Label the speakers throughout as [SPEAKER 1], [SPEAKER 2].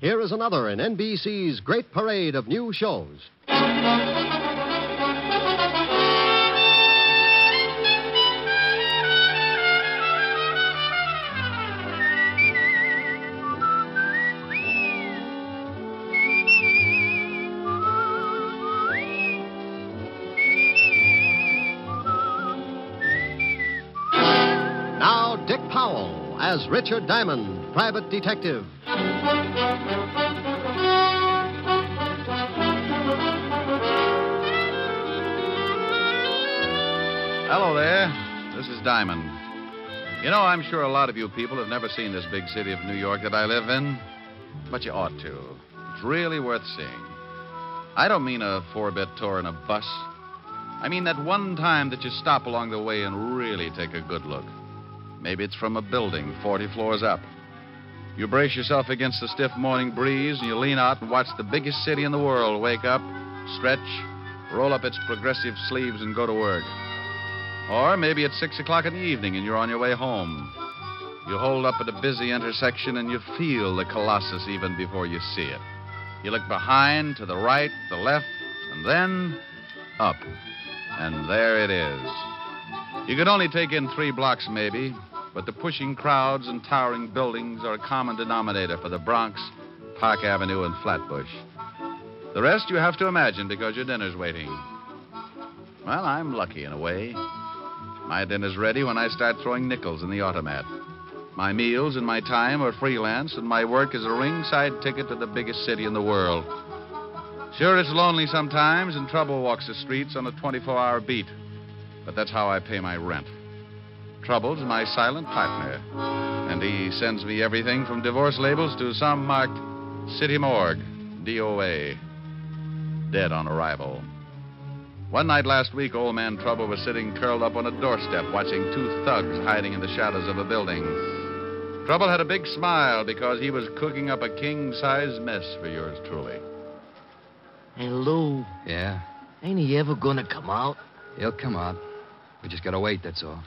[SPEAKER 1] Here is another in NBC's great parade of new shows. Now, Dick Powell as Richard Diamond, private detective.
[SPEAKER 2] Hello there. This is Diamond. You know, I'm sure a lot of you people have never seen this big city of New York that I live in, but you ought to. It's really worth seeing. I don't mean a four bit tour in a bus. I mean that one time that you stop along the way and really take a good look. Maybe it's from a building 40 floors up. You brace yourself against the stiff morning breeze and you lean out and watch the biggest city in the world wake up, stretch, roll up its progressive sleeves, and go to work. Or maybe it's six o'clock in the evening and you're on your way home. You hold up at a busy intersection and you feel the colossus even before you see it. You look behind, to the right, the left, and then up. And there it is. You could only take in three blocks, maybe, but the pushing crowds and towering buildings are a common denominator for the Bronx, Park Avenue, and Flatbush. The rest you have to imagine because your dinner's waiting. Well, I'm lucky in a way. My dinner's ready when I start throwing nickels in the automat. My meals and my time are freelance, and my work is a ringside ticket to the biggest city in the world. Sure, it's lonely sometimes, and trouble walks the streets on a 24 hour beat, but that's how I pay my rent. Trouble's my silent partner, and he sends me everything from divorce labels to some marked City Morgue, DOA, dead on arrival. One night last week, old man Trouble was sitting curled up on a doorstep watching two thugs hiding in the shadows of a building. Trouble had a big smile because he was cooking up a king size mess for yours truly.
[SPEAKER 3] Hey, Lou,
[SPEAKER 4] Yeah,
[SPEAKER 3] ain't he ever gonna come out?
[SPEAKER 4] he'll come out. We just gotta wait, that's all.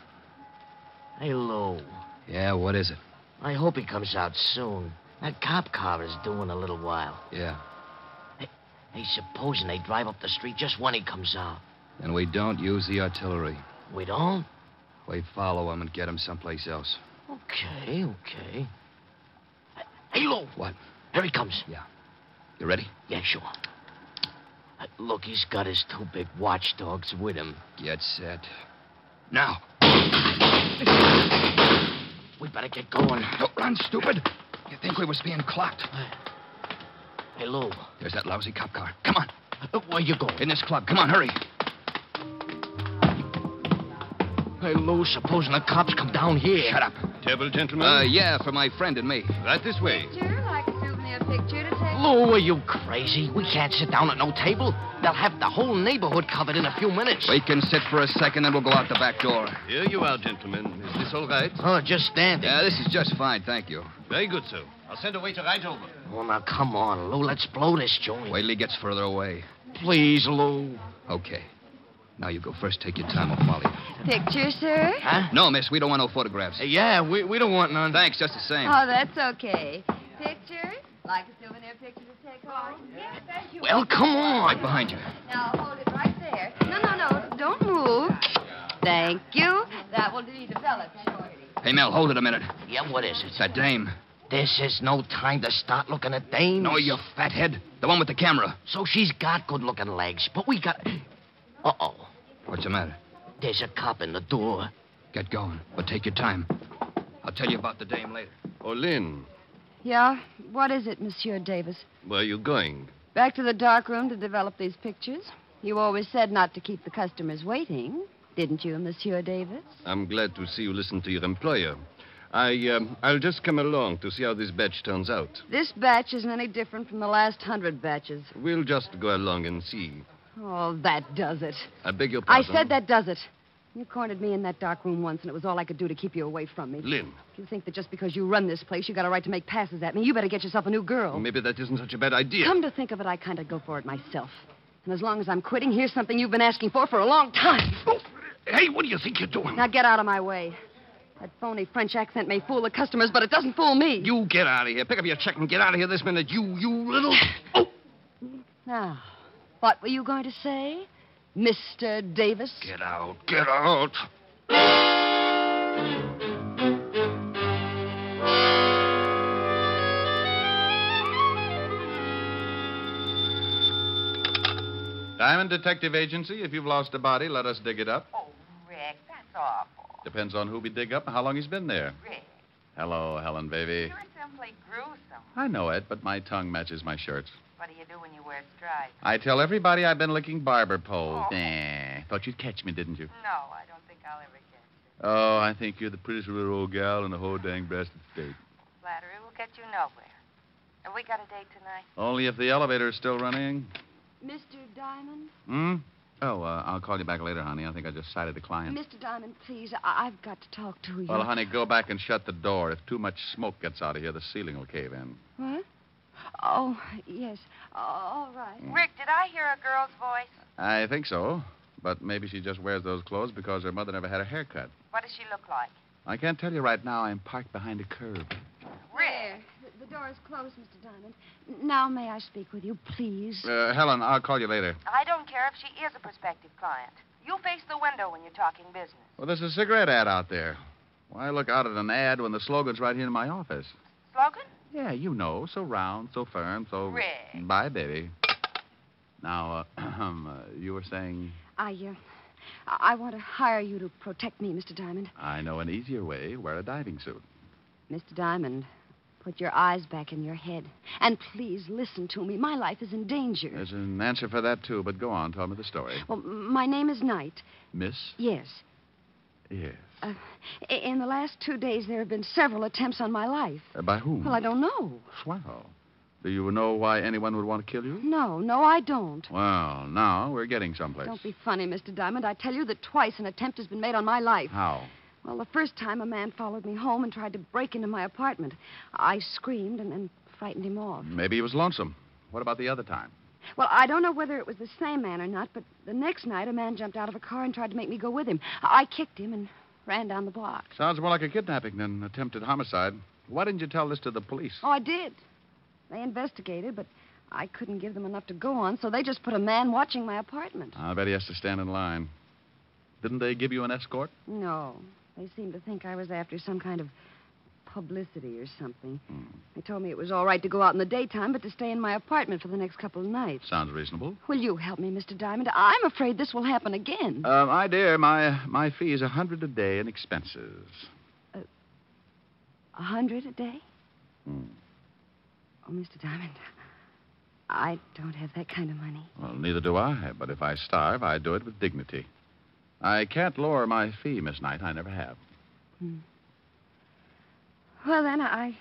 [SPEAKER 3] Hey, Lou,
[SPEAKER 4] Yeah, what is it?
[SPEAKER 3] I hope he comes out soon. That cop car is due in a little while.
[SPEAKER 4] Yeah.
[SPEAKER 3] Hey, supposing they drive up the street just when he comes out.
[SPEAKER 4] And we don't use the artillery.
[SPEAKER 3] We don't?
[SPEAKER 4] We follow him and get him someplace else.
[SPEAKER 3] Okay, okay. Hey, Lou,
[SPEAKER 4] What?
[SPEAKER 3] here he comes.
[SPEAKER 4] Yeah. You ready?
[SPEAKER 3] Yeah, sure. Uh, Look, he's got his two big watchdogs with him.
[SPEAKER 4] Get set. Now.
[SPEAKER 3] We better get going.
[SPEAKER 4] Don't run, stupid. You think we was being clocked?
[SPEAKER 3] Hey, Lou,
[SPEAKER 4] There's that lousy cop car. Come on.
[SPEAKER 3] uh, where you going?
[SPEAKER 4] In this club. Come on, hurry.
[SPEAKER 3] Hey, Lou, supposing the cops come down here.
[SPEAKER 4] Shut up.
[SPEAKER 2] Table, gentlemen.
[SPEAKER 4] Uh, yeah, for my friend and me.
[SPEAKER 2] right this way.
[SPEAKER 5] Picture, like shoot me a picture to take.
[SPEAKER 3] Lou, are you crazy? We can't sit down at no table. They'll have the whole neighborhood covered in a few minutes.
[SPEAKER 4] We can sit for a second, and we'll go out the back door.
[SPEAKER 2] Here you are, gentlemen. Is this all right?
[SPEAKER 3] Oh, just standing.
[SPEAKER 4] Yeah, this is just fine, thank you.
[SPEAKER 2] Very good, sir. I'll send a waiter right over.
[SPEAKER 3] Oh, now come on, Lou. Let's blow this joint.
[SPEAKER 4] Wait till he gets further away.
[SPEAKER 3] please, Lou.
[SPEAKER 4] Okay. Now you go first. Take your time. I'll follow you.
[SPEAKER 5] Picture, sir?
[SPEAKER 3] Huh?
[SPEAKER 4] No, miss, we don't want no photographs.
[SPEAKER 3] Uh, Yeah, we, we don't want none.
[SPEAKER 4] Thanks, just the same.
[SPEAKER 5] Oh, that's okay. Picture, like a souvenir picture to take home. Yeah, thank you.
[SPEAKER 3] Well, come on.
[SPEAKER 4] Right behind you.
[SPEAKER 5] Now hold it right there. No, no, no, don't move. Thank you. That will do you develop shortly.
[SPEAKER 4] Hey, Mel, hold it a minute.
[SPEAKER 3] Yeah, what is it?
[SPEAKER 4] That dame.
[SPEAKER 3] This is no time to start looking at dames.
[SPEAKER 4] No, you fathead. The one with the camera.
[SPEAKER 3] So she's got good looking legs, but we got. Uh oh.
[SPEAKER 4] What's the matter?
[SPEAKER 3] There's a cop in the door.
[SPEAKER 4] Get going, but take your time. I'll tell you about the dame later.
[SPEAKER 1] Oh, Lynn,
[SPEAKER 5] Yeah? What is it, Monsieur Davis?
[SPEAKER 1] where are you going?
[SPEAKER 5] Back to the dark room to develop these pictures? You always said not to keep the customers waiting, didn't you, Monsieur Davis?
[SPEAKER 1] I'm glad to see you listen to your employer. I, um, I'll just come along to see how this batch turns out.
[SPEAKER 5] This batch isn't any different from the last hundred batches.
[SPEAKER 1] We'll just go along and see.
[SPEAKER 5] Oh, that does it.
[SPEAKER 1] I beg your
[SPEAKER 5] I
[SPEAKER 1] pardon.
[SPEAKER 5] said that does it. You cornered me in that dark room once, and it was all I could do to keep you away from me.
[SPEAKER 1] Lynn,
[SPEAKER 5] If you think that just because you run this place, you got a right to make passes at me, you better get yourself a new girl.
[SPEAKER 1] maybe that isn't such a bad idea.
[SPEAKER 5] Come to think of it, I kind of go for it myself. And as long as I'm quitting, here's something you've been asking for for a long time.
[SPEAKER 3] Hey, what do you think you're doing?
[SPEAKER 5] Now get out of my way. That phony French accent may fool the customers, but it doesn't fool me.
[SPEAKER 3] You get out of here. Pick up your check and get out of here this minute. You, you little. Oh!
[SPEAKER 5] Now, what were you going to say, Mr. Davis?
[SPEAKER 3] Get out, get out.
[SPEAKER 2] Diamond Detective Agency, if you've lost a body, let us dig it up.
[SPEAKER 6] Oh, Rick, that's awful.
[SPEAKER 2] Depends on who we dig up and how long he's been there.
[SPEAKER 6] Rick,
[SPEAKER 2] Hello, Helen, baby.
[SPEAKER 6] you're simply gruesome.
[SPEAKER 2] I know it, but my tongue matches my shirt.
[SPEAKER 6] What do you do when you wear stripes?
[SPEAKER 2] I tell everybody I've been licking barber poles.
[SPEAKER 6] Oh.
[SPEAKER 2] Nah, thought you'd catch me, didn't you?
[SPEAKER 6] No, I don't think I'll ever get you.
[SPEAKER 2] Oh, I think you're the prettiest little old gal in the whole dang blasted state.
[SPEAKER 6] Flattery will get you nowhere. Have we got a date tonight?
[SPEAKER 2] Only if the elevator is still running.
[SPEAKER 5] Mr. Diamond?
[SPEAKER 2] Hmm? Oh, uh, I'll call you back later, honey. I think I just sighted a client.
[SPEAKER 5] Mr. Diamond, please, I- I've got to talk to you.
[SPEAKER 2] Well, honey, go back and shut the door. If too much smoke gets out of here, the ceiling will cave in.
[SPEAKER 5] What? Oh, yes. All right.
[SPEAKER 7] Hmm.
[SPEAKER 6] Rick, did I hear a girl's voice?
[SPEAKER 2] I think so. But maybe she just wears those clothes because her mother never had a haircut.
[SPEAKER 6] What does she look like?
[SPEAKER 2] I can't tell you right now. I'm parked behind a curb.
[SPEAKER 6] Rick.
[SPEAKER 5] The door is closed, Mr. Diamond. Now, may I speak with you, please?
[SPEAKER 2] Uh, Helen, I'll call you later.
[SPEAKER 6] I don't care if she is a prospective client. You face the window when you're talking business.
[SPEAKER 2] Well, there's a cigarette ad out there. Why look out at an ad when the slogan's right here in my office?
[SPEAKER 6] Slogan?
[SPEAKER 2] Yeah, you know, so round, so firm, so.
[SPEAKER 6] Rick.
[SPEAKER 2] Bye, baby. Now, uh, um, uh, you were saying
[SPEAKER 5] I, uh, I I want to hire you to protect me, Mr. Diamond.
[SPEAKER 2] I know an easier way. Wear a diving suit.
[SPEAKER 5] Mr. Diamond, put your eyes back in your head. And please listen to me. My life is in danger.
[SPEAKER 2] There's an answer for that too, but go on. Tell me the story,
[SPEAKER 5] Well, my name is Knight.
[SPEAKER 2] Miss.
[SPEAKER 5] Yes.
[SPEAKER 2] Yes.
[SPEAKER 5] Uh, i- in the last two days, there have been several attempts on my life.
[SPEAKER 2] Uh, by whom?
[SPEAKER 5] Well, I don't know.
[SPEAKER 2] Swell. Do you know why anyone would want to kill you?
[SPEAKER 5] No, no, I don't.
[SPEAKER 2] Well, now we're getting someplace.
[SPEAKER 5] Don't be funny, Mr. Diamond. I tell you that twice an attempt has been made on my life.
[SPEAKER 2] How?
[SPEAKER 5] Well, the first time a man followed me home and tried to break into my apartment. I screamed and then frightened him off.
[SPEAKER 2] Maybe he was lonesome. What about the other time?
[SPEAKER 5] Well, I don't know whether it was the same man or not, but the next night a man jumped out of a car and tried to make me go with him. I kicked him and ran down the block.
[SPEAKER 2] Sounds more like a kidnapping than attempted homicide. Why didn't you tell this to the police?
[SPEAKER 5] Oh, I did. They investigated, but I couldn't give them enough to go on, so they just put a man watching my apartment.
[SPEAKER 2] I bet he has to stand in line. Didn't they give you an escort?
[SPEAKER 5] No. They seemed to think I was after some kind of publicity or something. They told me it was all right to go out in the daytime, but to stay in my apartment for the next couple of nights.
[SPEAKER 2] Sounds reasonable.
[SPEAKER 5] Will you help me, Mr. Diamond? I'm afraid this will happen again.
[SPEAKER 2] Uh, my dear, my my fee is a hundred a day in expenses.
[SPEAKER 5] A hundred a day?
[SPEAKER 2] Hmm.
[SPEAKER 5] Oh, Mr. Diamond, I don't have that kind of money.
[SPEAKER 2] Well, neither do I. But if I starve, I do it with dignity. I can't lower my fee, Miss Knight. I never have.
[SPEAKER 5] Well, then, I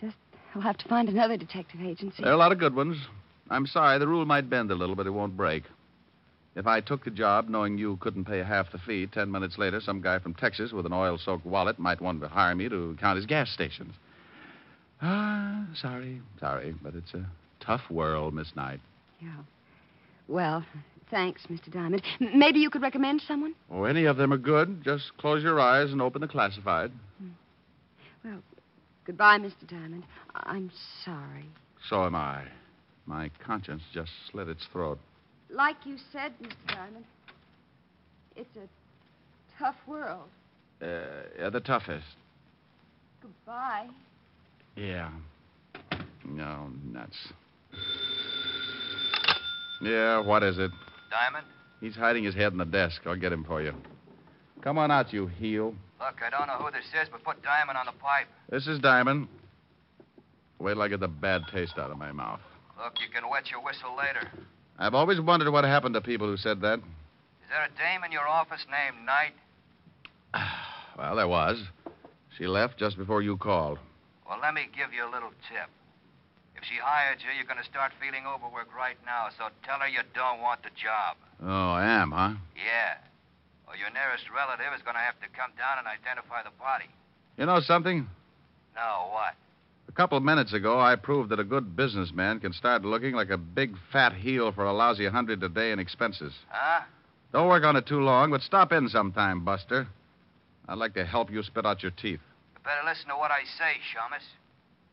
[SPEAKER 5] just will have to find another detective agency.
[SPEAKER 2] There are a lot of good ones. I'm sorry, the rule might bend a little, but it won't break. If I took the job knowing you couldn't pay half the fee, ten minutes later, some guy from Texas with an oil soaked wallet might want to hire me to count his gas stations. Ah, sorry, sorry, but it's a tough world, Miss Knight.
[SPEAKER 5] Yeah. Well, thanks, Mr. Diamond. M- maybe you could recommend someone?
[SPEAKER 2] Oh, any of them are good. Just close your eyes and open the classified.
[SPEAKER 5] Goodbye, Mr. Diamond. I- I'm sorry.
[SPEAKER 2] So am I. My conscience just slit its throat.
[SPEAKER 5] Like you said, Mr. Diamond, it's a tough world.
[SPEAKER 2] Uh, yeah, the toughest.
[SPEAKER 5] Goodbye.
[SPEAKER 1] Yeah.
[SPEAKER 2] No, nuts. Yeah, what is it?
[SPEAKER 7] Diamond?
[SPEAKER 2] He's hiding his head in the desk. I'll get him for you. Come on out, you heel.
[SPEAKER 7] Look, I don't know who this is, but put Diamond on the pipe.
[SPEAKER 2] This is Diamond. Wait till I get the bad taste out of my mouth.
[SPEAKER 7] Look, you can wet your whistle later.
[SPEAKER 2] I've always wondered what happened to people who said that.
[SPEAKER 7] Is there a dame in your office named Knight?
[SPEAKER 2] Well, there was. She left just before you called.
[SPEAKER 7] Well, let me give you a little tip. If she hired you, you're going to start feeling overworked right now, so tell her you don't want the job.
[SPEAKER 2] Oh, I am, huh?
[SPEAKER 7] Yeah. Or your nearest relative is going to have to come down and identify the body.
[SPEAKER 2] You know something?
[SPEAKER 7] No, what?
[SPEAKER 2] A couple of minutes ago, I proved that a good businessman can start looking like a big fat heel for a lousy hundred a day in expenses.
[SPEAKER 7] Huh?
[SPEAKER 2] Don't work on it too long, but stop in sometime, Buster. I'd like to help you spit out your teeth.
[SPEAKER 7] You better listen to what I say, Shamus.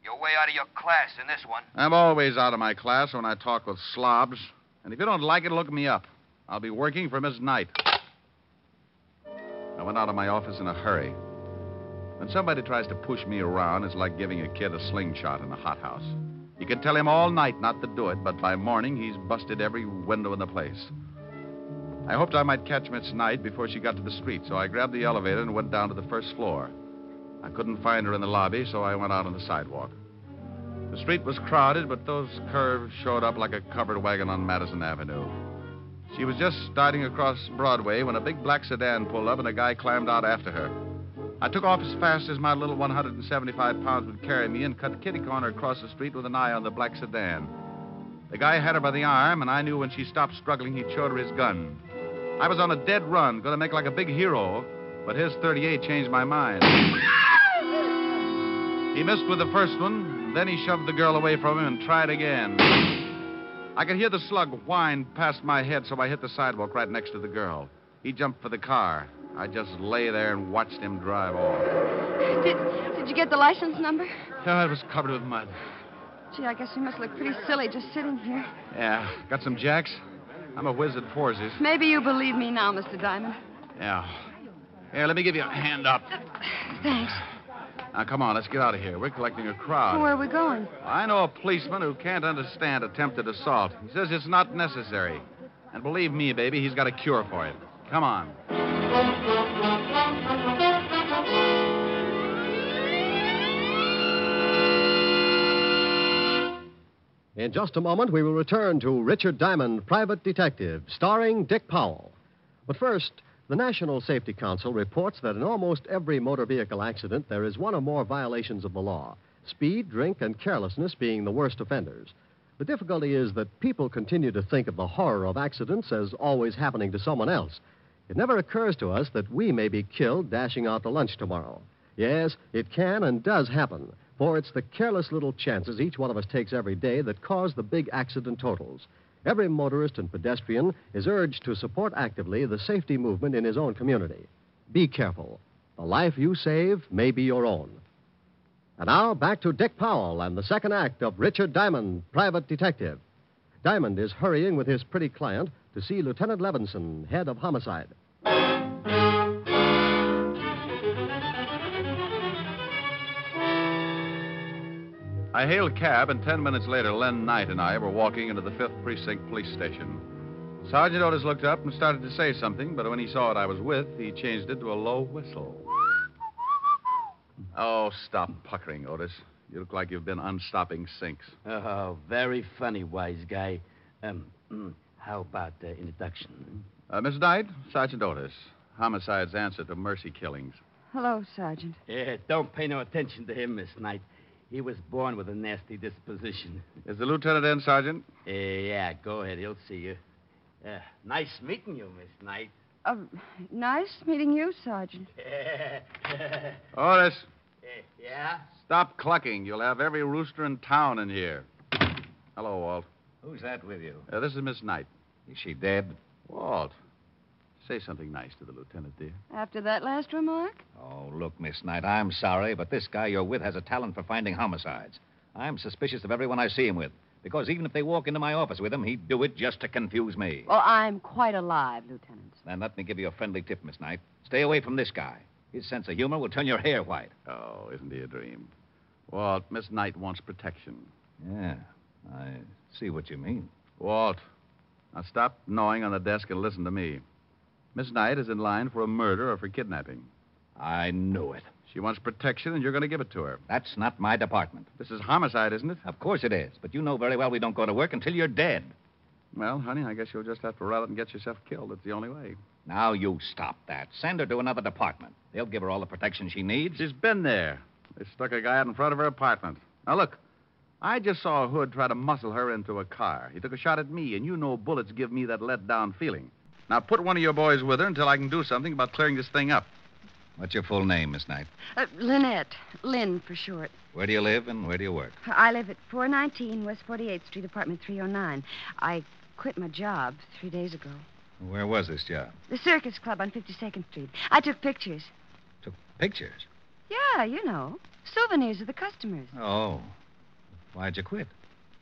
[SPEAKER 7] You're way out of your class in this one.
[SPEAKER 2] I'm always out of my class when I talk with slobs. And if you don't like it, look me up. I'll be working for Miss Knight. I went out of my office in a hurry. When somebody tries to push me around, it's like giving a kid a slingshot in a hothouse. You can tell him all night not to do it, but by morning he's busted every window in the place. I hoped I might catch Miss Knight before she got to the street, so I grabbed the elevator and went down to the first floor. I couldn't find her in the lobby, so I went out on the sidewalk. The street was crowded, but those curves showed up like a covered wagon on Madison Avenue. She was just starting across Broadway when a big black sedan pulled up and a guy climbed out after her. I took off as fast as my little 175 pounds would carry me and cut kitty corner across the street with an eye on the black sedan. The guy had her by the arm, and I knew when she stopped struggling, he'd showed her his gun. I was on a dead run, going to make like a big hero, but his 38 changed my mind. He missed with the first one, then he shoved the girl away from him and tried again. I could hear the slug whine past my head, so I hit the sidewalk right next to the girl. He jumped for the car. I just lay there and watched him drive off.
[SPEAKER 5] Did, did you get the license number?
[SPEAKER 2] Oh, it was covered with mud.
[SPEAKER 5] Gee, I guess you must look pretty silly just sitting here.
[SPEAKER 2] Yeah. Got some jacks? I'm a whiz at forces.
[SPEAKER 5] Maybe you believe me now, Mr. Diamond.
[SPEAKER 2] Yeah. Here, let me give you a hand up.
[SPEAKER 5] Thanks.
[SPEAKER 2] Now, come on, let's get out of here. We're collecting a crowd.
[SPEAKER 5] Where are we going?
[SPEAKER 2] I know a policeman who can't understand attempted assault. He says it's not necessary. And believe me, baby, he's got a cure for it. Come on.
[SPEAKER 8] In just a moment, we will return to Richard Diamond, Private Detective, starring Dick Powell. But first, the National Safety Council reports that in almost every motor vehicle accident, there is one or more violations of the law, speed, drink, and carelessness being the worst offenders. The difficulty is that people continue to think of the horror of accidents as always happening to someone else. It never occurs to us that we may be killed dashing out to lunch tomorrow. Yes, it can and does happen, for it's the careless little chances each one of us takes every day that cause the big accident totals. Every motorist and pedestrian is urged to support actively the safety movement in his own community. Be careful. The life you save may be your own. And now back to Dick Powell and the second act of Richard Diamond, Private Detective. Diamond is hurrying with his pretty client to see Lieutenant Levinson, head of homicide.
[SPEAKER 2] I hailed a cab, and ten minutes later, Len Knight and I were walking into the 5th Precinct Police Station. Sergeant Otis looked up and started to say something, but when he saw what I was with, he changed it to a low whistle. Oh, stop puckering, Otis. You look like you've been unstopping sinks.
[SPEAKER 9] Oh, very funny, wise guy. Um, how about the introduction?
[SPEAKER 2] Uh, Miss Knight, Sergeant Otis. Homicide's answer to mercy killings.
[SPEAKER 5] Hello, Sergeant.
[SPEAKER 9] Yeah, don't pay no attention to him, Miss Knight. He was born with a nasty disposition.
[SPEAKER 2] Is the lieutenant in, Sergeant?
[SPEAKER 9] Uh, yeah, go ahead. He'll see you. Uh, nice meeting you, Miss Knight.
[SPEAKER 5] Uh, nice meeting you, Sergeant.
[SPEAKER 2] Otis,
[SPEAKER 9] yeah?
[SPEAKER 2] stop clucking. You'll have every rooster in town in here. Hello, Walt.
[SPEAKER 9] Who's that with you?
[SPEAKER 2] Uh, this is Miss Knight.
[SPEAKER 9] Is she dead?
[SPEAKER 2] Walt, say something nice to the lieutenant, dear.
[SPEAKER 5] After that last remark?
[SPEAKER 10] Oh, look, Miss Knight, I'm sorry, but this guy you're with has a talent for finding homicides. I'm suspicious of everyone I see him with, because even if they walk into my office with him, he'd do it just to confuse me.
[SPEAKER 5] Well, I'm quite alive, Lieutenant.
[SPEAKER 10] Then let me give you a friendly tip, Miss Knight. Stay away from this guy. His sense of humor will turn your hair white.
[SPEAKER 2] Oh, isn't he a dream? Walt, Miss Knight wants protection.
[SPEAKER 10] Yeah, I see what you mean.
[SPEAKER 2] Walt, now stop gnawing on the desk and listen to me. Miss Knight is in line for a murder or for kidnapping.
[SPEAKER 10] I knew it.
[SPEAKER 2] She wants protection, and you're going to give it to her.
[SPEAKER 10] That's not my department.
[SPEAKER 2] This is homicide, isn't it?
[SPEAKER 10] Of course it is, but you know very well we don't go to work until you're dead.
[SPEAKER 2] Well, honey, I guess you'll just have to rout it and get yourself killed. It's the only way.
[SPEAKER 10] Now you stop that. Send her to another department. They'll give her all the protection she needs.
[SPEAKER 2] She's been there. They stuck a guy out in front of her apartment. Now, look, I just saw Hood try to muscle her into a car. He took a shot at me, and you know bullets give me that let down feeling. Now, put one of your boys with her until I can do something about clearing this thing up.
[SPEAKER 10] What's your full name, Miss Knight?
[SPEAKER 5] Uh, Lynette. Lynn, for short.
[SPEAKER 10] Where do you live and where do you work?
[SPEAKER 5] I live at 419 West 48th Street, apartment 309. I quit my job three days ago.
[SPEAKER 10] Where was this job?
[SPEAKER 5] The circus club on 52nd Street. I took pictures.
[SPEAKER 10] Took pictures?
[SPEAKER 5] Yeah, you know. Souvenirs of the customers.
[SPEAKER 10] Oh. Why'd you quit?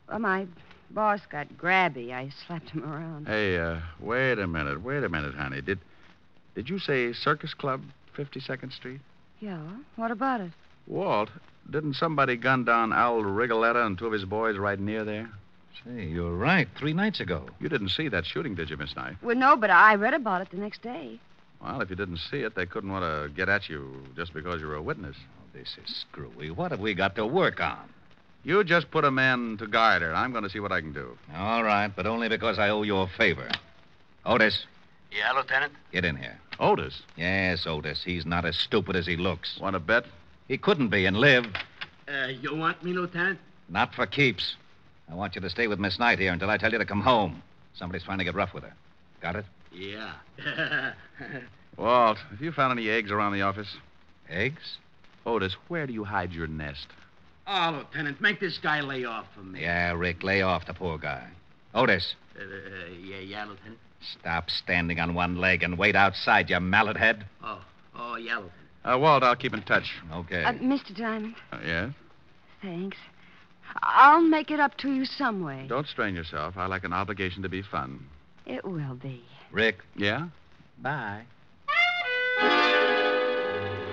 [SPEAKER 5] Well, my boss got grabby. I slapped him around.
[SPEAKER 2] Hey, uh, wait a minute. Wait a minute, honey. Did, did you say circus club 52nd Street?
[SPEAKER 5] Yeah. What about it?
[SPEAKER 2] Walt, didn't somebody gun down Al Rigoletta and two of his boys right near there?
[SPEAKER 10] Say, you're right. Three nights ago.
[SPEAKER 2] You didn't see that shooting, did you, Miss Knight?
[SPEAKER 5] Well, no, but I read about it the next day.
[SPEAKER 2] Well, if you didn't see it, they couldn't want to get at you just because you were a witness.
[SPEAKER 10] Oh, this is screwy. What have we got to work on?
[SPEAKER 2] You just put a man to guard her. I'm going to see what I can do.
[SPEAKER 10] All right, but only because I owe you a favor. Otis.
[SPEAKER 7] Yeah, Lieutenant?
[SPEAKER 10] Get in here.
[SPEAKER 2] Otis?
[SPEAKER 10] Yes, Otis. He's not as stupid as he looks.
[SPEAKER 2] Want to bet?
[SPEAKER 10] He couldn't be and live.
[SPEAKER 9] Uh, you want me, Lieutenant?
[SPEAKER 10] Not for keeps. I want you to stay with Miss Knight here until I tell you to come home. Somebody's trying to get rough with her. Got it?
[SPEAKER 9] Yeah.
[SPEAKER 2] Walt, have you found any eggs around the office?
[SPEAKER 10] Eggs?
[SPEAKER 2] Otis, where do you hide your nest?
[SPEAKER 9] Oh, Lieutenant, make this guy lay off for me.
[SPEAKER 10] Yeah, Rick, lay off the poor guy. Otis.
[SPEAKER 9] Uh, uh, yeah, yeah, Lieutenant.
[SPEAKER 10] Stop standing on one leg and wait outside, you mallet head.
[SPEAKER 9] Oh, oh, yeah, Lieutenant.
[SPEAKER 2] Uh, Walt, I'll keep in touch.
[SPEAKER 10] Okay.
[SPEAKER 5] Uh, Mr. Diamond.
[SPEAKER 2] Uh, yes?
[SPEAKER 5] Thanks. I'll make it up to you some way.
[SPEAKER 2] Don't strain yourself. I like an obligation to be fun.
[SPEAKER 5] It will be.
[SPEAKER 10] Rick.
[SPEAKER 2] Yeah?
[SPEAKER 9] Bye.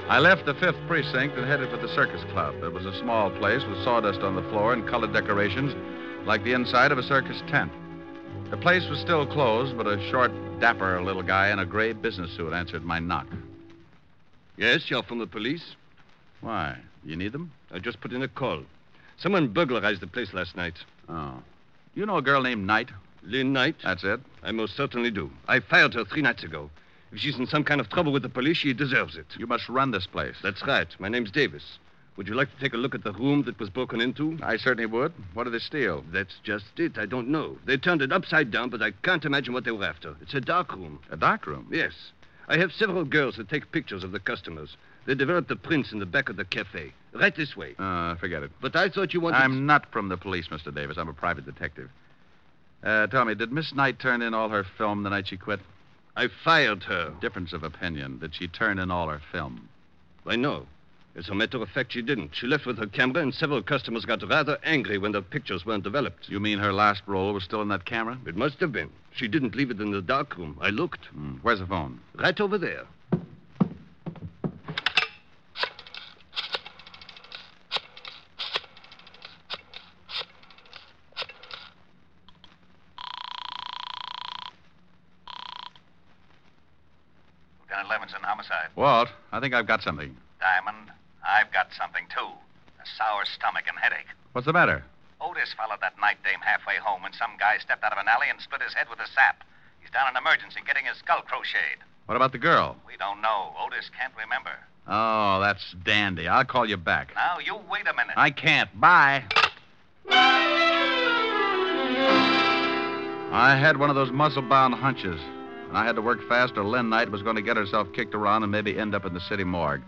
[SPEAKER 2] I left the fifth precinct and headed for the circus club. It was a small place with sawdust on the floor and colored decorations like the inside of a circus tent. The place was still closed, but a short, dapper little guy in a gray business suit answered my knock.
[SPEAKER 11] Yes, you're from the police?
[SPEAKER 2] Why? You need them?
[SPEAKER 11] I just put in a call. Someone burglarized the place last night.
[SPEAKER 2] Oh. You know a girl named Knight?
[SPEAKER 11] Lynn Knight?
[SPEAKER 2] That's it.
[SPEAKER 11] I most certainly do. I fired her three nights ago. If she's in some kind of trouble with the police, she deserves it.
[SPEAKER 2] You must run this place.
[SPEAKER 11] That's right. My name's Davis. Would you like to take a look at the room that was broken into?
[SPEAKER 2] I certainly would. What did they steal?
[SPEAKER 11] That's just it. I don't know. They turned it upside down, but I can't imagine what they were after. It's a dark room.
[SPEAKER 2] A dark room?
[SPEAKER 11] Yes. I have several girls that take pictures of the customers. They developed the prints in the back of the cafe. Right this way.
[SPEAKER 2] Uh, forget it.
[SPEAKER 11] But I thought you wanted.
[SPEAKER 2] I'm to... not from the police, Mr. Davis. I'm a private detective. Uh, tell me, did Miss Knight turn in all her film the night she quit?
[SPEAKER 11] I fired her.
[SPEAKER 2] Difference of opinion. Did she turn in all her film?
[SPEAKER 11] I know. As a matter of fact, she didn't. She left with her camera, and several customers got rather angry when their pictures weren't developed.
[SPEAKER 2] You mean her last roll was still in that camera?
[SPEAKER 11] It must have been. She didn't leave it in the dark room. I looked.
[SPEAKER 2] Mm. Where's the phone?
[SPEAKER 11] Right over there.
[SPEAKER 12] Lieutenant Levinson, homicide.
[SPEAKER 2] Walt, I think I've got something.
[SPEAKER 12] Diamond, I've got something, too. A sour stomach and headache.
[SPEAKER 2] What's the matter?
[SPEAKER 12] Otis followed that night dame halfway home when some guy stepped out of an alley and split his head with a sap. He's down in emergency getting his skull crocheted.
[SPEAKER 2] What about the girl?
[SPEAKER 12] We don't know. Otis can't remember.
[SPEAKER 2] Oh, that's dandy. I'll call you back.
[SPEAKER 12] Now, you wait a minute.
[SPEAKER 2] I can't. Bye. I had one of those muscle bound hunches, and I had to work fast or Lynn Knight was going to get herself kicked around and maybe end up in the city morgue.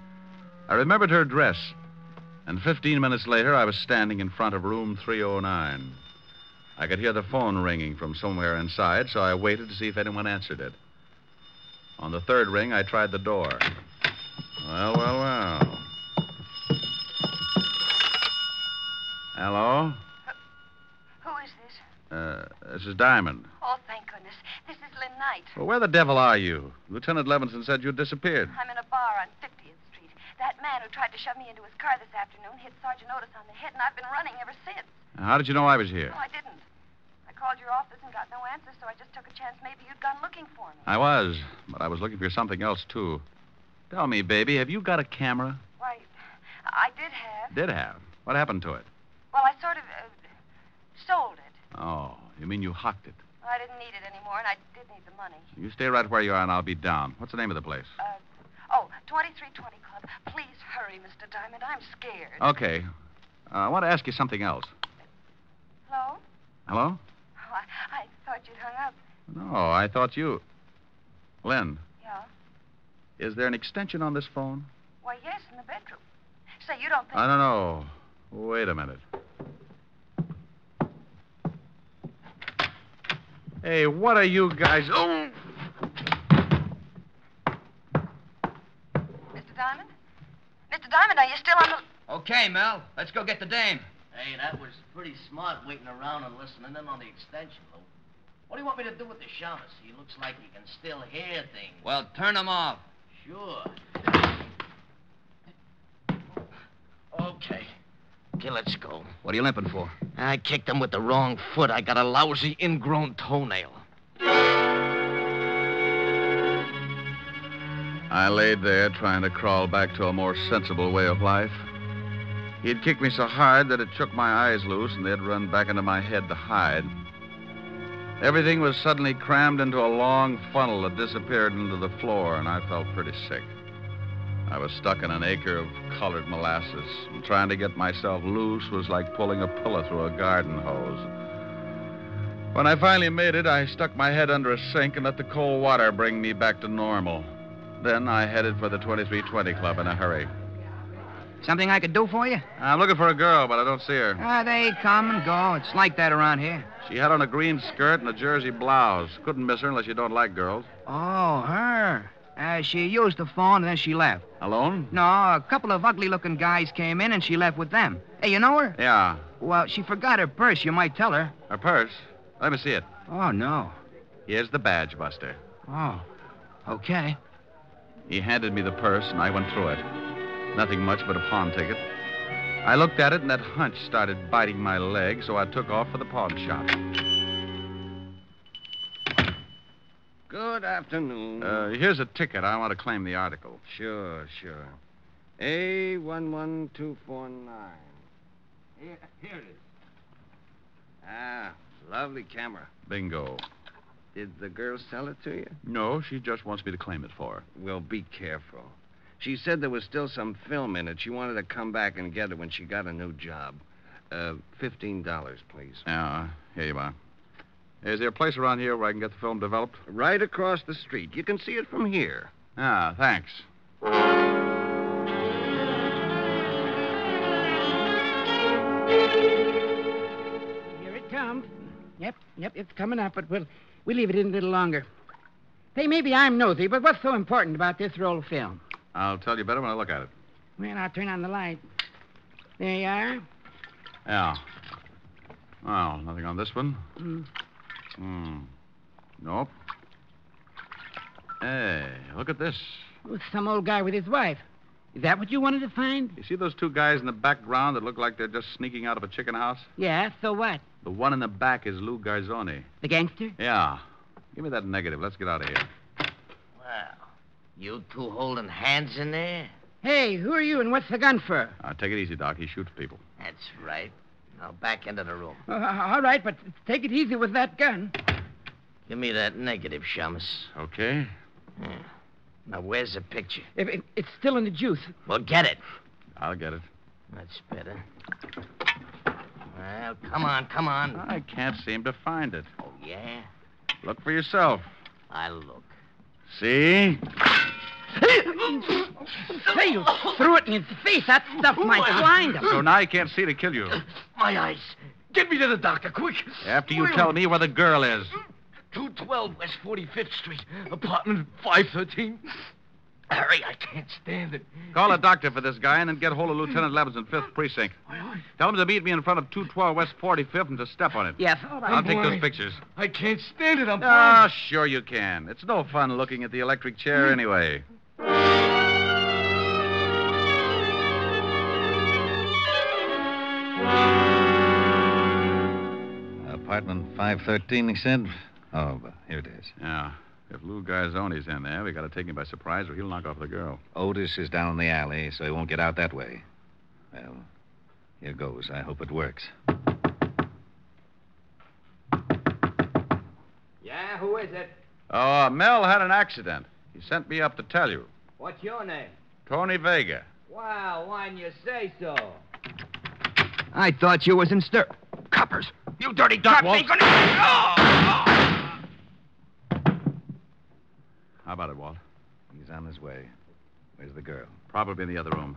[SPEAKER 2] I remembered her dress, and 15 minutes later, I was standing in front of room 309. I could hear the phone ringing from somewhere inside, so I waited to see if anyone answered it. On the third ring, I tried the door. Well, well, well. Hello?
[SPEAKER 6] Who is this?
[SPEAKER 2] Uh, this is Diamond.
[SPEAKER 6] Oh, thank goodness. This is Lynn Knight.
[SPEAKER 2] Well, where the devil are you? Lieutenant Levinson said you disappeared.
[SPEAKER 6] I'm in a bar on 50th Street. That man man who tried to shove me into his car this afternoon hit Sergeant Otis on the head, and I've been running ever since.
[SPEAKER 2] How did you know I was here?
[SPEAKER 6] No, I didn't. I called your office and got no answer, so I just took a chance maybe you'd gone looking for me.
[SPEAKER 2] I was, but I was looking for something else, too. Tell me, baby, have you got a camera?
[SPEAKER 6] Why, I did have.
[SPEAKER 2] Did have. What happened to it?
[SPEAKER 6] Well, I sort of uh, sold it.
[SPEAKER 2] Oh, you mean you hocked it?
[SPEAKER 6] I didn't need it anymore, and I did need the money.
[SPEAKER 2] You stay right where you are, and I'll be down. What's the name of the place?
[SPEAKER 6] Uh, oh, 2320 Club. Please hurry, Mr. Diamond. I'm scared.
[SPEAKER 2] Okay. Uh, I want to ask you something else.
[SPEAKER 6] Hello?
[SPEAKER 2] Hello?
[SPEAKER 6] Oh, I, I thought you'd hung up.
[SPEAKER 2] No, I thought you. Lynn,
[SPEAKER 6] Yeah?
[SPEAKER 2] is there an extension on this phone?
[SPEAKER 6] Why, yes, in the bedroom. Say, you don't think...
[SPEAKER 2] I don't know. Wait a minute. Hey, what are you guys? Oh!
[SPEAKER 6] Mr. Diamond? Mr. Diamond, are you still on the...
[SPEAKER 3] Okay, Mel. Let's go get the dame.
[SPEAKER 9] Hey, that was pretty smart waiting around and listening in on the extension, Lou. What do you want me to do with the Shaughnessy? He looks like he can still hear things.
[SPEAKER 3] Well, turn him off.
[SPEAKER 9] Sure. Okay. Okay, let's go.
[SPEAKER 4] What are you limping for?
[SPEAKER 3] I kicked him with the wrong foot. I got a lousy ingrown toenail.
[SPEAKER 2] I laid there trying to crawl back to a more sensible way of life. He'd kicked me so hard that it shook my eyes loose and they'd run back into my head to hide. Everything was suddenly crammed into a long funnel that disappeared into the floor, and I felt pretty sick. I was stuck in an acre of colored molasses, and trying to get myself loose was like pulling a pillow through a garden hose. When I finally made it, I stuck my head under a sink and let the cold water bring me back to normal. Then I headed for the 2320 Club in a hurry.
[SPEAKER 13] Something I could do for you?
[SPEAKER 2] I'm looking for a girl, but I don't see her.
[SPEAKER 13] Ah, they come and go. It's like that around here.
[SPEAKER 2] She had on a green skirt and a jersey blouse. Couldn't miss her unless you don't like girls.
[SPEAKER 13] Oh, her. Uh, she used the phone and then she left.
[SPEAKER 2] Alone?
[SPEAKER 13] No, a couple of ugly looking guys came in and she left with them. Hey, you know her?
[SPEAKER 2] Yeah.
[SPEAKER 13] Well, she forgot her purse. You might tell her.
[SPEAKER 2] Her purse? Let me see it.
[SPEAKER 13] Oh, no.
[SPEAKER 2] Here's the badge, Buster.
[SPEAKER 13] Oh, okay.
[SPEAKER 2] He handed me the purse, and I went through it. Nothing much but a pawn ticket. I looked at it, and that hunch started biting my leg, so I took off for the pawn shop.
[SPEAKER 11] Good afternoon.
[SPEAKER 2] Uh, here's a ticket. I want to claim the article.
[SPEAKER 11] Sure, sure. A11249. Here, here it is. Ah, lovely camera.
[SPEAKER 2] Bingo.
[SPEAKER 11] Did the girl sell it to you?
[SPEAKER 2] No, she just wants me to claim it for her.
[SPEAKER 11] Well, be careful. She said there was still some film in it. She wanted to come back and get it when she got a new job. Uh, $15, please.
[SPEAKER 2] Yeah, here you are. Is there a place around here where I can get the film developed?
[SPEAKER 11] Right across the street. You can see it from here.
[SPEAKER 2] Ah, thanks.
[SPEAKER 14] Here it comes. Yep, yep, it's coming up, but we'll we leave it in a little longer. Hey, maybe I'm nosy, but what's so important about this roll of film?
[SPEAKER 2] I'll tell you better when I look at it.
[SPEAKER 14] Well, I'll turn on the light. There you are.
[SPEAKER 2] Yeah. Well, nothing on this one.
[SPEAKER 14] Mm.
[SPEAKER 2] Hmm. Nope. Hey, look at this.
[SPEAKER 14] Oh, some old guy with his wife. Is that what you wanted to find?
[SPEAKER 2] You see those two guys in the background that look like they're just sneaking out of a chicken house?
[SPEAKER 14] Yeah, so what?
[SPEAKER 2] The one in the back is Lou Garzoni.
[SPEAKER 14] The gangster?
[SPEAKER 2] Yeah. Give me that negative. Let's get out of here.
[SPEAKER 3] Well, you two holding hands in there?
[SPEAKER 14] Hey, who are you and what's the gun for?
[SPEAKER 2] Uh, take it easy, Doc. He shoots people.
[SPEAKER 3] That's right. Now back into the room.
[SPEAKER 14] Uh, all right, but take it easy with that gun.
[SPEAKER 3] Give me that negative, Shamus.
[SPEAKER 2] Okay.
[SPEAKER 3] Yeah. Now where's the picture?
[SPEAKER 14] If it, it's still in the juice.
[SPEAKER 3] Well, get it.
[SPEAKER 2] I'll get it.
[SPEAKER 3] That's better. Well, come on, come on.
[SPEAKER 2] I can't seem to find it.
[SPEAKER 3] Oh, yeah.
[SPEAKER 2] Look for yourself.
[SPEAKER 3] I'll look.
[SPEAKER 2] See?
[SPEAKER 14] Say, you threw it in his face. That stuff might blind him.
[SPEAKER 2] So now I can't see to kill you.
[SPEAKER 3] My eyes. Get me to the doctor, quick.
[SPEAKER 2] After you tell me where the girl is.
[SPEAKER 3] 212 West 45th Street, apartment 513. Harry, I can't stand it.
[SPEAKER 2] Call a doctor for this guy and then get hold of Lieutenant Levins in 5th Precinct. Tell him to meet me in front of 212 West 45th and to step on it.
[SPEAKER 14] Yes, all
[SPEAKER 2] I'll
[SPEAKER 14] right.
[SPEAKER 2] take those
[SPEAKER 3] worried.
[SPEAKER 2] pictures.
[SPEAKER 3] I can't stand it. I'm
[SPEAKER 2] Ah, sure you can. It's no fun looking at the electric chair anyway.
[SPEAKER 10] Apartment 513, he said? Oh, but here it is.
[SPEAKER 2] Yeah. If Lou Garzoni's in there, we got to take him by surprise or he'll knock off the girl.
[SPEAKER 10] Otis is down in the alley, so he won't get out that way. Well, here goes. I hope it works.
[SPEAKER 15] Yeah, who is it?
[SPEAKER 2] Oh, uh, Mel had an accident. He sent me up to tell you.
[SPEAKER 15] What's your name?
[SPEAKER 2] Tony Vega.
[SPEAKER 15] Wow, why'd you say so?
[SPEAKER 13] I thought you was in stir. Coppers!
[SPEAKER 15] You dirty dog! Ain't gonna... Oh!
[SPEAKER 2] How about it, Walt?
[SPEAKER 10] He's on his way. Where's the girl?
[SPEAKER 2] Probably in the other room.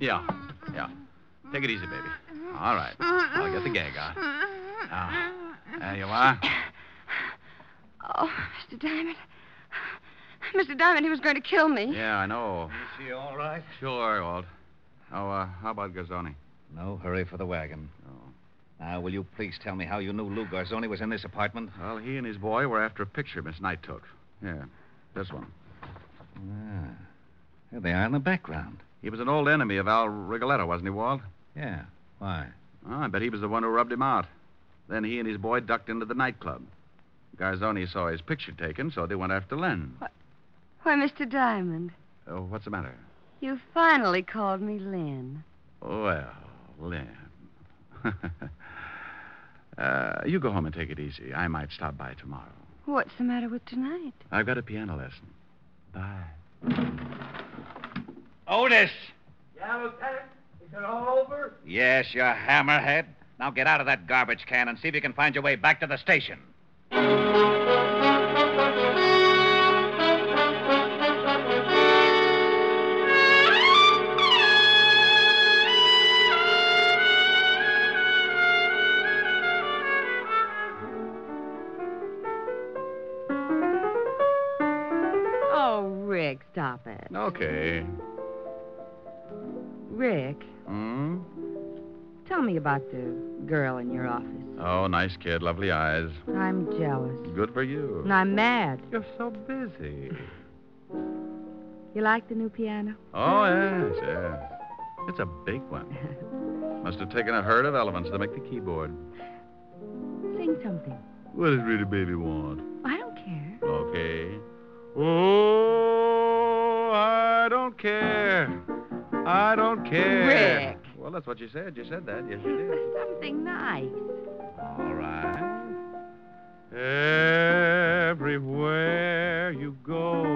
[SPEAKER 2] Yeah, yeah. Take it easy, baby. All right. I'll get the gag out. Now, there you are.
[SPEAKER 5] Oh, Mr. Diamond. Mr. Diamond, he was going to kill me.
[SPEAKER 2] Yeah, I know.
[SPEAKER 3] Is she all right?
[SPEAKER 2] Sure, Walt. Oh, uh, how about Garzoni?
[SPEAKER 10] No hurry for the wagon. Now, will you please tell me how you knew Lou Garzoni was in this apartment?
[SPEAKER 2] Well, he and his boy were after a picture Miss Knight took. Yeah, this one.
[SPEAKER 10] Ah. Here they are in the background.
[SPEAKER 2] He was an old enemy of Al Rigoletto, wasn't he, Walt?
[SPEAKER 10] Yeah. Why?
[SPEAKER 2] Oh, I bet he was the one who rubbed him out. Then he and his boy ducked into the nightclub. Garzoni saw his picture taken, so they went after Len.
[SPEAKER 5] Why, Mr. Diamond,
[SPEAKER 2] Oh, what's the matter?
[SPEAKER 5] you finally called me Lynn.
[SPEAKER 2] Well, Len. uh, you go home and take it easy. I might stop by tomorrow.
[SPEAKER 5] What's the matter with tonight?
[SPEAKER 2] I've got a piano lesson. Bye.
[SPEAKER 10] Otis!
[SPEAKER 3] Yeah, Lieutenant? Is it all over?
[SPEAKER 10] Yes, you hammerhead. Now get out of that garbage can and see if you can find your way back to the station.
[SPEAKER 5] Oh, Rick, stop it.
[SPEAKER 2] Okay.
[SPEAKER 5] Rick,
[SPEAKER 2] Hmm?
[SPEAKER 5] tell me about the girl in your office.
[SPEAKER 2] Oh, nice kid. Lovely eyes.
[SPEAKER 5] I'm jealous.
[SPEAKER 2] Good for you.
[SPEAKER 5] And I'm mad.
[SPEAKER 2] You're so busy.
[SPEAKER 5] You like the new piano?
[SPEAKER 2] Oh, yes, yes. It's a big one. Must have taken a herd of elephants to make the keyboard.
[SPEAKER 5] Sing something.
[SPEAKER 2] What does Rita Baby want?
[SPEAKER 5] I don't care.
[SPEAKER 2] Okay. Oh, I don't care. I don't care.
[SPEAKER 5] Rick.
[SPEAKER 2] Well, that's what you said. You said that. Yes, you did.
[SPEAKER 5] Something nice.
[SPEAKER 2] All right. Everywhere you go,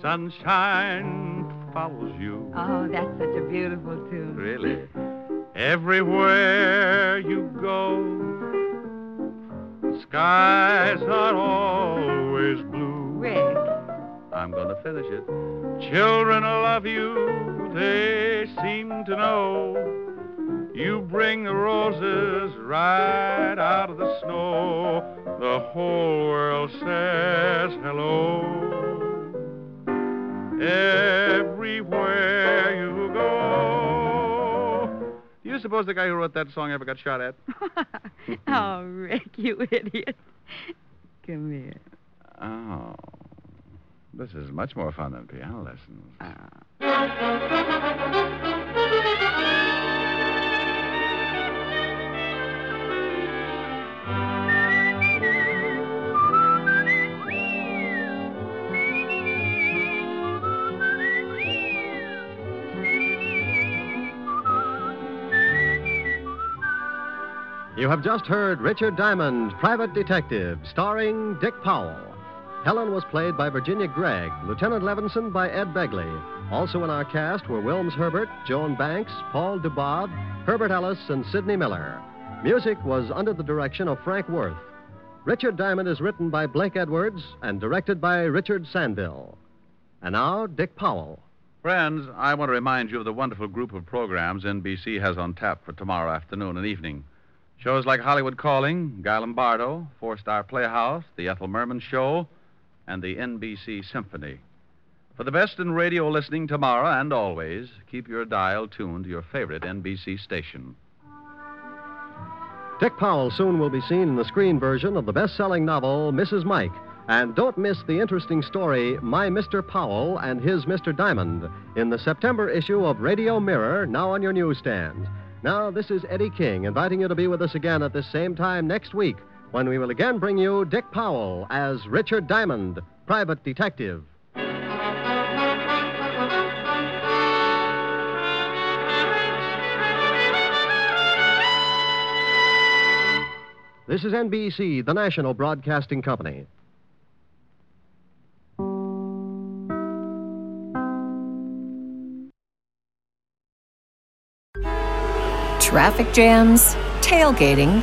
[SPEAKER 2] sunshine follows you.
[SPEAKER 5] Oh, that's such a beautiful tune.
[SPEAKER 2] Really? Everywhere you go, skies are always blue.
[SPEAKER 5] Rick.
[SPEAKER 2] I'm going to finish it. Children love you, they seem to know. You bring the roses right out of the snow. The whole world says hello. Everywhere you go. Do you suppose the guy who wrote that song ever got shot at?
[SPEAKER 5] oh, Rick, you idiot. Come here.
[SPEAKER 2] Oh. This is much more fun than piano lessons.
[SPEAKER 8] You have just heard Richard Diamond, Private Detective, starring Dick Powell. Helen was played by Virginia Gregg, Lieutenant Levinson by Ed Begley. Also in our cast were Wilms Herbert, Joan Banks, Paul Dubob, Herbert Ellis, and Sidney Miller. Music was under the direction of Frank Worth. Richard Diamond is written by Blake Edwards and directed by Richard Sandville. And now, Dick Powell.
[SPEAKER 2] Friends, I want to remind you of the wonderful group of programs NBC has on tap for tomorrow afternoon and evening. Shows like Hollywood Calling, Guy Lombardo, Four Star Playhouse, The Ethel Merman Show, and the NBC Symphony. For the best in radio listening tomorrow and always, keep your dial tuned to your favorite NBC station.
[SPEAKER 8] Dick Powell soon will be seen in the screen version of the best selling novel, Mrs. Mike. And don't miss the interesting story, My Mr. Powell and His Mr. Diamond, in the September issue of Radio Mirror, now on your newsstand. Now, this is Eddie King inviting you to be with us again at this same time next week when we will again bring you Dick Powell as Richard Diamond, private detective. This is NBC, the national broadcasting company.
[SPEAKER 16] Traffic jams, tailgating,